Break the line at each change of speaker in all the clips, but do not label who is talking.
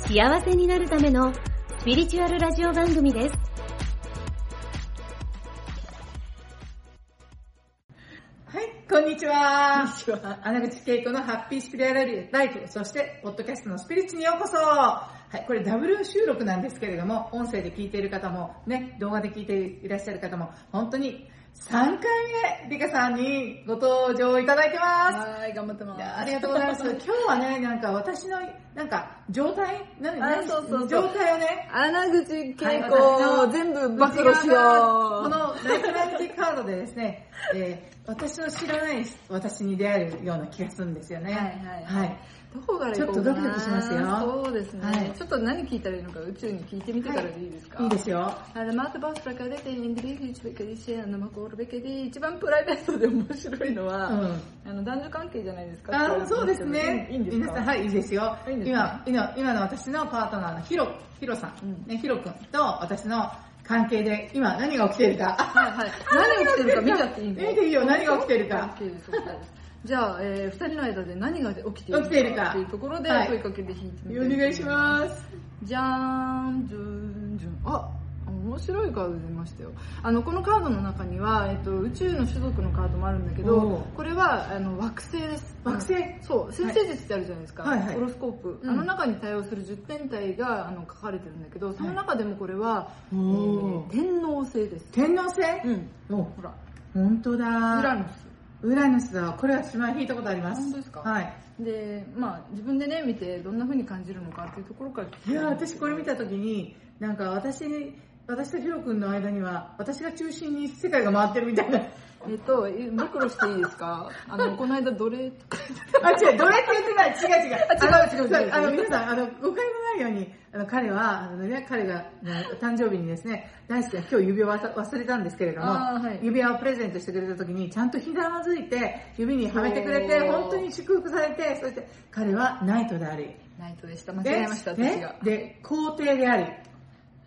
幸せになるためのスピリチュアルラジオ番組です。
はい、こんにちは。こんにちは。穴口恵子のハッピースピリアルライフ、そして、ポッドキャストのスピリッチにようこそ。はい、これダブル収録なんですけれども、音声で聞いている方も、ね、動画で聞いていらっしゃる方も、本当に3回目、リカさんにご登場いただいてます。
はい、頑張ってま
い
す。
やありがとうございます。今日はね、なんか私の、なんか、状態なん
あそうそうそう
状態をね、
穴口恵子、
はい私の
全部暴露しよ
こ
う。
のライフランジカードでですね、えー私の知らない私に出会えるような気がするんですよね。
はいは
は
い
い
どこから行こうかな
ちょっとドキドキしますよ
そうですね、
はい
ちょっと何聞いたらいいのか宇宙に聞いてみてからでいいですか、
いいですよ。
マートバストラカデテインデリフィチベケリシェアナマコールベケディ一番プライベートで面白いのは、
うん
あの男女関係じゃないですか。
あそうですね。
いいんですか
皆さん、はい、いいですよ。
いいんです
今
か、
今、今の私のパートナーのヒロ、ヒロさん、
うん
ね、ヒロ君と私の関係で、今何が起きてるか。
はいはい。 何が起きてるか見ちゃっていいん
見
ですか
ていいよ、何が起きてるか。
OK です、OK です。じゃあ、えー、二人の間で何が起きている
起きているか
っていうところで
はい
声かけて引いて
お
みてだ
願いします。
じゃーん、じゅんじゅん。あ面白いカード出ましたよあのこのカードの中には、えっと、宇宙の種族のカードもあるんだけ
お
ど
う
これはあの惑星です
惑星
そう先生術ってあるじゃないですか、
はいはい
ホロスコープ、
うん
あの中に対応する10天体があの書かれてるんだけどその中でもこれは、え
お
ー
ー
天王星です、
天王星
うん、
お、
ほら
本当だ。
ウラノス
ウラヌスだ。これは島引いたことあります。
本当ですか
はい。
でまあ自分でね見てどんな風に感じるのかっていうところから聞きた
いやー
んで
私
すけ
こ
ど
れ見た時になんか私に私とヒロ君の間には私が中心に世界が回ってるみたいな
えっとえ暴露していいですかあのこの間奴隷とか
あ違うどれって言ってない違う違う
あ違う違う
あの
違う
あの皆さんあの誤解のないようにあの彼はあの、ね、彼があの誕生日にですね大好きな今日指輪を忘忘れたんですけれども、
あーはい
指輪をプレゼントしてくれた時にちゃんとひざまずいて指にはめてくれて
おー
本当に祝福されてそして彼はナイトであり
ナイトでした間違えました
で
私が
でで皇帝であり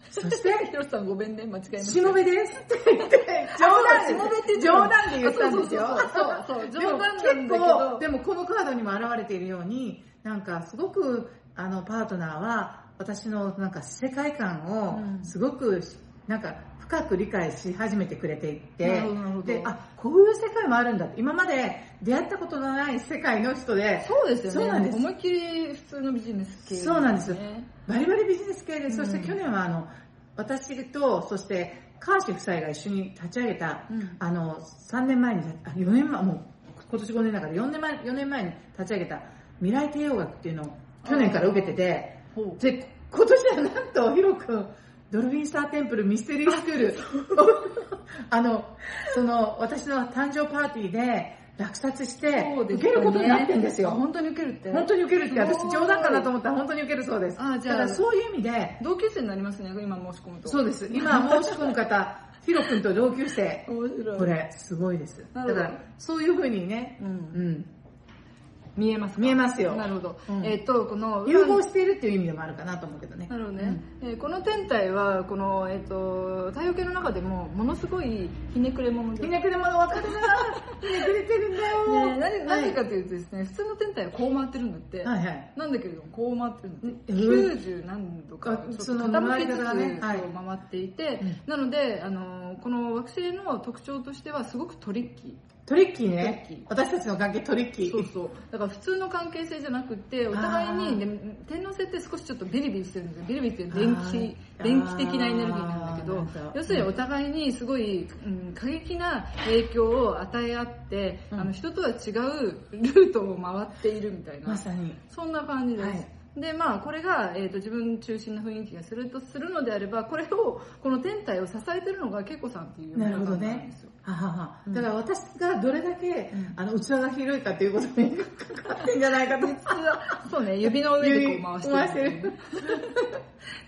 そして
ヒロさんごめんね間違えました
しもべ ですって言って、冗談で、
あそうしもべって言って
冗談で言ったんですよ。
あそうそうそうそうそう
でも
冗談なんだけど
結構でもこのカードにも表れているように、なんかすごく、あの、パートナーは、私のなんか世界観
う
を、
ん
すごく、なんか、深く理解し始めてくれてい
な
て
るほどなるほ、ど
で、あ、こういう世界もあるんだって今まで出会ったことのない世界の人で、
そうです
そ
よね
うなんです
思いっきり普通のビジネス系、
そうなんですよ
ね
バリバリビジネス系で、そして
うん
去年はあの、私と、そして、カーシ夫妻が一緒に立ち上げた、
うん
あの、3年前に、あ、4年前、もう、今年5年だから4年前、4年前に立ち上げた未来帝王学っていうのを去年から受けてて、
ほう
で、今年はなんと、ヒロ君、ドルフィンスターテンプルミステリースクール、 あの、その、私の誕生パーティーで落札して、
そうです
受け
よね
ることになってんですよ。
あ本当に受けるって
本当に受けるって、私
すごい
冗談かなと思ったら本当に受けるそうです。
あじゃあ
だからそういう意味で、
同級生になりますね今申し込むと
そうです。今申し込む方、ヒロ君と同級生、
面白い
これすごいです。だか
なるほど
ら、そういうふうにね、
う、
うんん、
見えますか
見えますよ
なるほど、
うん
えっとこの
融合しているっていう意味でもあるかなと思うけどね。
なるほどね、えーこの天体はこの、えー、と太陽系の中でもものすごいひねくれ者で
ひ
ね
ねくれ者分かるなひねくれてるんだよ
なぜなぜ
は
かというとですね、普通の天体はこう回ってるんだって、
いはいはい。
なんだけれどもこう回ってるんだって、
うん
90何度か
あ
ちょっと
その
傾きつ
回り方がね
つ
はい
そう回っていて、
うん
なのであのこの惑星の特徴としてはすごくトリッキー。
トリッキーね
トリッキー。
私たちの関係トリッキー。
そうそうだから普通の関係性じゃなくてお互いに、ね、天王星って少しちょっとビリビリしてるんですよビリビリっていう電気
あー
電気的なエネルギーなんだけ
あー
ど
なんか
要するにお互いにすごい、うん、過激な影響を与え合って、
うん
あの人とは違うルートを回っているみたいな、
まさに。
そんな感じです。
はい
でまあ、これが、えー、と自分中心な雰囲気がするとするのであればこれをこの天体を支えてるのが恵子さんっていう
なるほど
方なん
ね
ですよ。
ははは
うん
だから私がどれだけ、
うん
あの器が広いかということに かかってんじゃないかと。
そうね、指の上でこう回してる、
指 回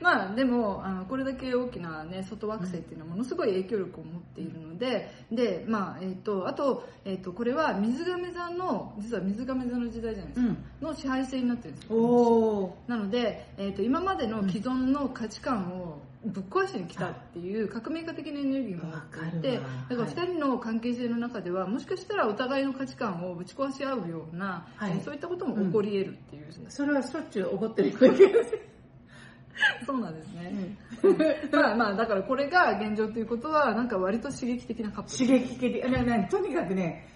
まあでもあのこれだけ大きな、ね、外惑星っていうのはものすごい影響力を持っているので、でまあえっとあと,、えっとこれは水亀座の実は水亀座の時代じゃないですか、
ん。
の支配性になってるんですよ
おー。
なので、えっと今までの既存の価値観をぶっ壊しに来たっていう革命家的なエネルギーも持っていて
わかる
だか
わ
ら2人の関係性の中ではもしかしたらお互いの価値観をぶち壊し合うような、
はい
そういったことも起こり得るっていう、
それはしょっちゅう怒ってる人だけど。
そうなんですね、まあまあだからこれが現状ということはなんか割と刺激的なカップ
刺
ル
激 的。ななとにかくね、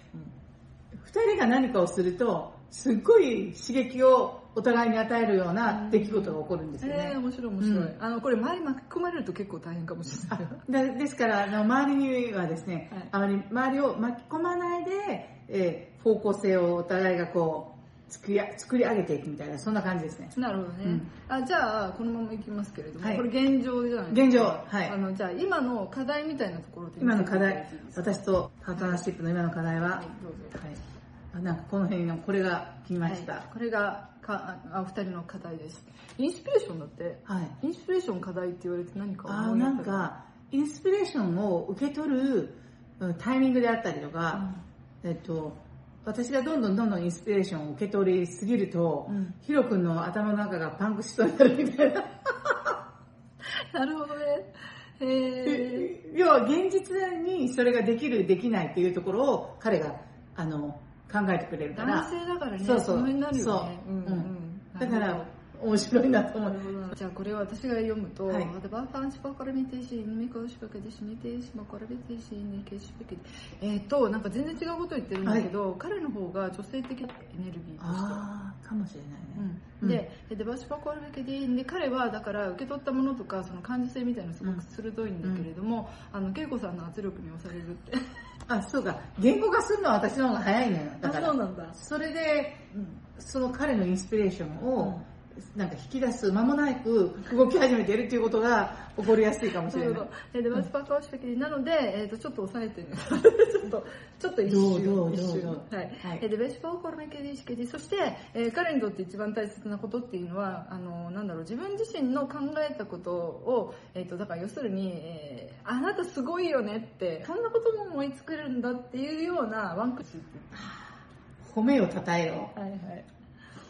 二人が何かをすると、すっごい刺激をお互いに与えるような出来事が起こるんですよね
えー、。面白い面白い、
う
あのこれ周り巻き込まれると結構大変かもしれない
だですからあの周りにはですね、
はい
あまり周りを巻き込まないで、えー方向性をお互いがこう作り作り上げていくみたいなそんな感じですね
なるほどね、
うん
あじゃあこのままいきますけれども、
はい
これ現状じゃない
現
です
状
か
はい
あのじゃあ今の課題みたいなところで
今の課題私とパートナーシップの今の課題は、
は
はいい
どうぞ
あなんかこの辺のこれが来ました
はいこれがかああお二人の課題ですインスピレーションだって
はい、
インスピレーション課題って言われて何か
あ
思
ー
い当
な
たる
んかインスピレーションを受け取るうんタイミングであったりとか、えっと私がどんどんどんどんインスピレーションを受け取りすぎると、
うん
ヒロ君の頭の中がパンクしそうになるみたいな
なるほどねへえ
要は現実にそれができるできないっていうところを彼があの考えてくれるか
男
ら
性だからね
そうそう
の辺になるよね
そう
うんうん
だか
なるほ
ら
ど
面白いなと思
な
う
るほどなじゃあこれは私が読むと、
はい
Hatte Wahlveranstaltungsbegegnete, Mikrospegegnete, Makorbegegnete, Nikesbegegnete えっと、なんか全然違うこと言ってるんだけど、彼の方が女性的エネルギーとしては。
ああかもしれないね、
うん、で、デバシパコルベケディで彼はだから受け取ったものとかその感受性みたいなのすごく鋭いんだけれども、あの恵子さんの圧力に押されるって
あそうか言語化するのは私の方が早いのよだか
あそ
ら
うなんだ、
それで
うん
その彼のインスピレーションをなんか引き出す間もなく動き始めてるっていうことが起こりやすいかもし
そうい
れ
う
ない
こと。で、バスパーカーをしたきりなので、えっと、ちょっと抑えて る。ちょっと、ちょっと一
どうど
瞬、
う
一瞬
どう。
は
は
い
い。
えーで、ベシパーコルメケディシケディ。そして、えー彼にとって一番大切なことっていうのは、あの、なんだろう、自分自身の考えたことを、えっと、だから要するに、えーあなたすごいよねって、こんなことも思いつくるんだっていうようなワンクッションって
褒めよたえよ
はいはい。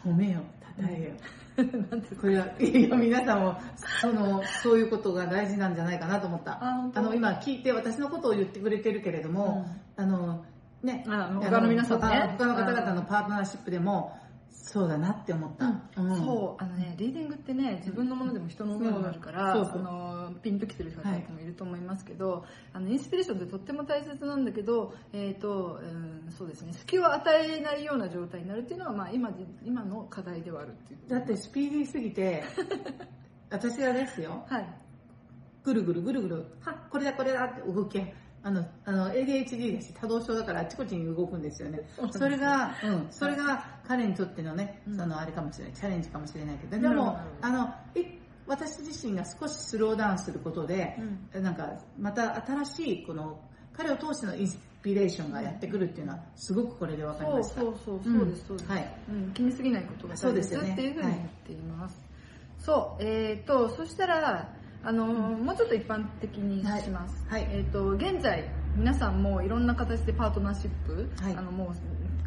褒めよたえよ、
なんていうか
これはいや皆さんもそのそういうことが大事なんじゃないかなと思った
あ本当
の今聞いて私のことを言ってくれてるけれども、あのね
あ
あ
他の皆さんね
他他の方々のパートナーシップでもそうだなって思った、うん
そうあのねリーディングってね自分のものでも人のものになるから、
そうそうそう
あのピンときてる方もいると思いますけど、あのインスピレーションってとっても大切なんだけど、えーとうん、そうですね隙を与えないような状態になるっていうのは、まあ、今で今の課題ではあるっていう。
だってスピーディーすぎ て私がですよ
はい
ぐるぐるぐるぐるはこれだこれだって動きあのあの ADHD だし多動症だからあっちこっちに動くんですよね
そうなんですよ
それが、うん、それが彼にとってのね、
うん
そのあれかもしれないチャレンジかもしれないけど
な
で
るほど
もあのい私自身が少しスローダウンすることで、なんかまた新しいこの彼を通してのインスピレーションがやってくるっていうのはすごくこれで分かり
そう
ました
そうそうそうです、
ん
そうです、
はい
うん、気にすぎないことが
そ
大
うです
切
よね
っていうふうに言っています。そう,、えー、とそしたらあのー、もうちょっと一般的にします。
はいはい
えー、と現在皆さんもいろんな形でパートナーシップ、
はい
あのもう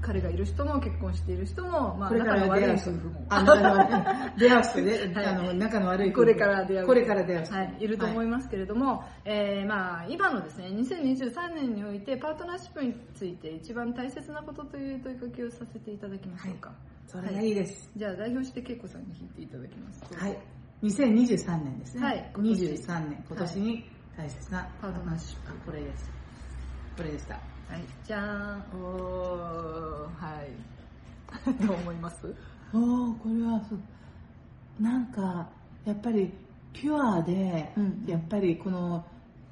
彼がいる人も結婚している人も、まあ、
これか
仲の
ら出
悪い
会う
夫
人
婦も。
あ仲の 悪い出会う人ね、
はい
あの仲の悪い夫婦
これから出会う
これから出会う人
はい、いると思いますけれども、えーまあ、今のですね2023年においてパートナーシップについて一番大切なことという問いかけをさせていただきましょうか、
それがいいです、
じゃあ代表して恵子さんに引いていただきます。
はい。2023年ですね。
はい今年
23年、今年に大切な
パートナーシップ
あこれです。これでした。
はい。じゃーん。おー、 はい。どう思います
おおこれはそう。なんか、やっぱりピュアで、
うん
やっぱりこの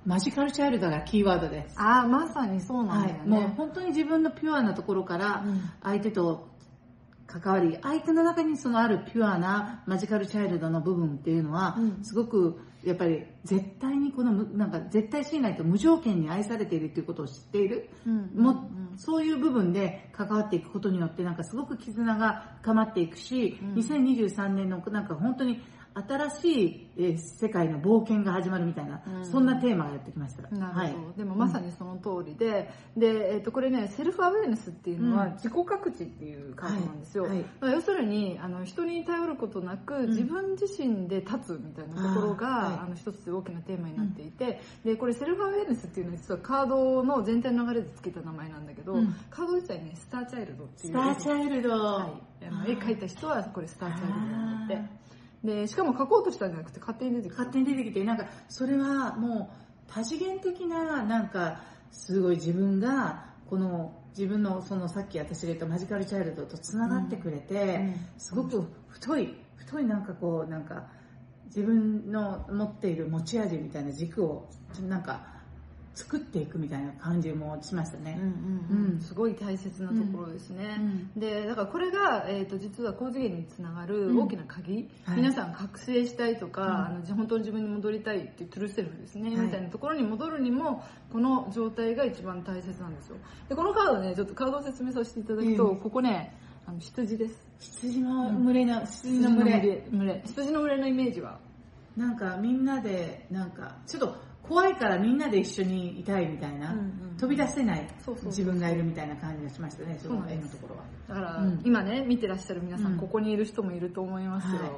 マジカルチャイルドがキーワードです。
ああ、まさにそう
はい。もう本当に自分のピュアなところから
うん
相手と関わり、相手の中にそのあるピュアなマジカルチャイルドの部分っていうのは、
うん
すごくやっぱり絶対にこのむ、なんか絶対信頼と無条件に愛されているっていうことを知っている。
うん
もそういう部分で関わっていくことによってなんかすごく絆が深まっていくし、
うん
2023年のなんか本当に新しいえー世界の冒険が始まるみたいな、
うん
そんなテーマがやってきました。
なるほど、
はい、
でもまさにその通りで、で、えっとこれねセルフアウェイネスっていうのは
うん
自己各知っていう感じなんですよ、
はいはい
だから要するにあの人に頼ることなく、
ん
自分自身で立つみたいなところが
あ
あ、
ーはい
の一つ大きなテーマになっていて、でこれセルフアウェイネスっていうのは実はカードの全体の流れでつけた名前なんだけど、
うん
カード自体ねスターチャイルドってい
ス
う
ターチャイルド、
はい、あの絵描いた人はこれスターチャイルドなんだっ
あ
てでしかも描こうとしたんじゃなくて勝手に出てきた
勝手に出てきてなんかそれはもう多次元的ななんかすごい自分がこの自分のそのさっき私が言ったマジカルチャイルドと繋がってくれて、
うん
すごく太い太いなんかこうなんか自分の持っている持ち味みたいな軸をなんか作っていくみたいな感じもしましたね。
うんうんう、
うんん
すごい大切なところですね、
うん
でだからこれが、えー、と実は高次元につながる大きな鍵、
はい
皆さん覚醒したいとか、あのじ本当に自分に戻りたいっていうトゥルーセルフですね、
はい
みたいなところに戻るにもこの状態が一番大切なんですよでこのカードねちょっとカードを説明させていただくと、
うん
ここねあの羊です
羊の群れの、羊の群れ
群れ羊の群れのイメージは
なんかみんなでなんかちょっと怖いからみんなで一緒にいたいみたいな、
うんうん
飛び出せない
そうそうそう
自分がいるみたいな感じがしましたねそ
そうな
の
ん
絵
です
のところは
だから、
うん
今ね見てらっしゃる皆さん、
うん
ここにいる人もいると思いますよ、
はい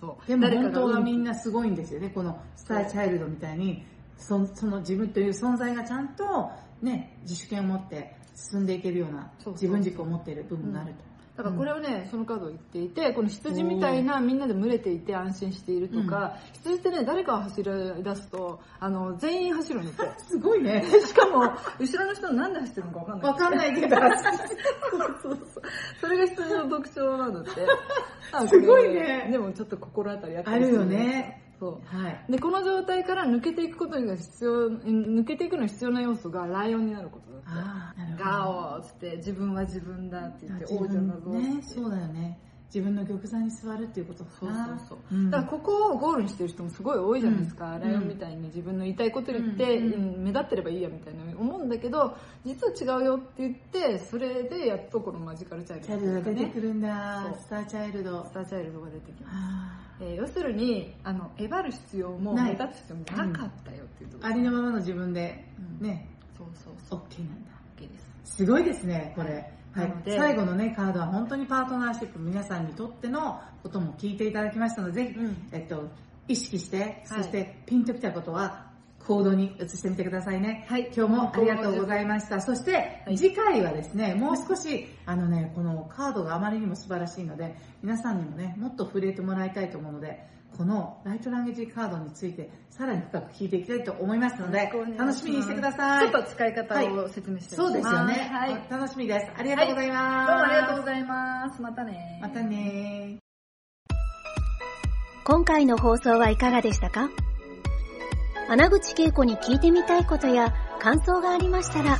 そう
でも本当は
運
みんなすごいんですよねこのスターチャイルドみたいにそその自分という存在がちゃんとね自主権を持って進んでいけるような
そうそう
自分軸を持っている部分があると、
だからこれをね、そのカードを言っていて、この羊みたいなみんなで群れていて安心しているとか、羊ってね、誰かが走り出すと、あの、全員走るん ですよ。
すごい ね
しかも、後ろの人なんで走ってるのかわかんない。
わかんないけど
そうそうそう。それが羊の特徴なんだ って。あ
すごいね
これでもちょっと心当たりあった
あ
り
る
す
よ
んです
ね
そう。
はい
で、この状態から抜けていくことが必要、抜けていくのに必要な要素がライオンになることだって。
ああなるほど
ガオーっつって、自分は自分だって言って、王
自
女
分
だぞって。
ねそうだよね自分の玉座に座るっていうことか
そうそうそう、
ん
だからここをゴールにしてる人もすごい多いじゃないですか、
うん
ライオンみたいに自分の言いたいこと言って、
うん
うん目立ってればいいやみたいな思うんだけど実は違うよって言ってそれでやっとこのマジカルチャイル
チ
ド
ャイルドが出てくるん
そ
だ
う
スターチャイルド
スターチャイルドが出てきます、
あ
えー要するにあのえばる必要も
な
目
い
立つ必要もなかったよっていうところ、
りのままの自分で
うん
ね
そうそうそう
OK なんだ
OK です
すごいですね、これ。
は
はいい
なの、で
最後のね、カードは本当にパートナーシップ皆さんにとってのことも聞いていただきましたので、ぜひ、
うん
えっと、意識して、そしてピンときたことは行動に移してみてくださいね。
はい
今日もありがとうございました。そして、
はい
次回はですね、もう少し、あのね、このカードがあまりにも素晴らしいので、皆さんにもね、もっと触れてもらいたいと思うので、このライトランゲージカードについて、さらに深く聞いていきたいと思いますので、楽しみにしてください。
ちょっと使い方を説明して
そうですよね。
はい、どう
楽しみです。ありがとうございます。
もありがとうございますまたね
またね
今回の放送はいかがでしたか穴口恵子に聞いてみたいことや感想がありましたら、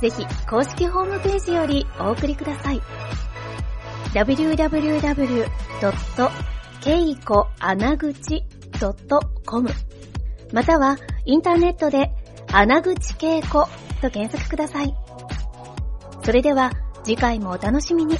ぜひ公式ホームページよりお送りください。www.keikoanaguchi.com またはインターネットで穴口恵子と検索ください。それでは次回もお楽しみに。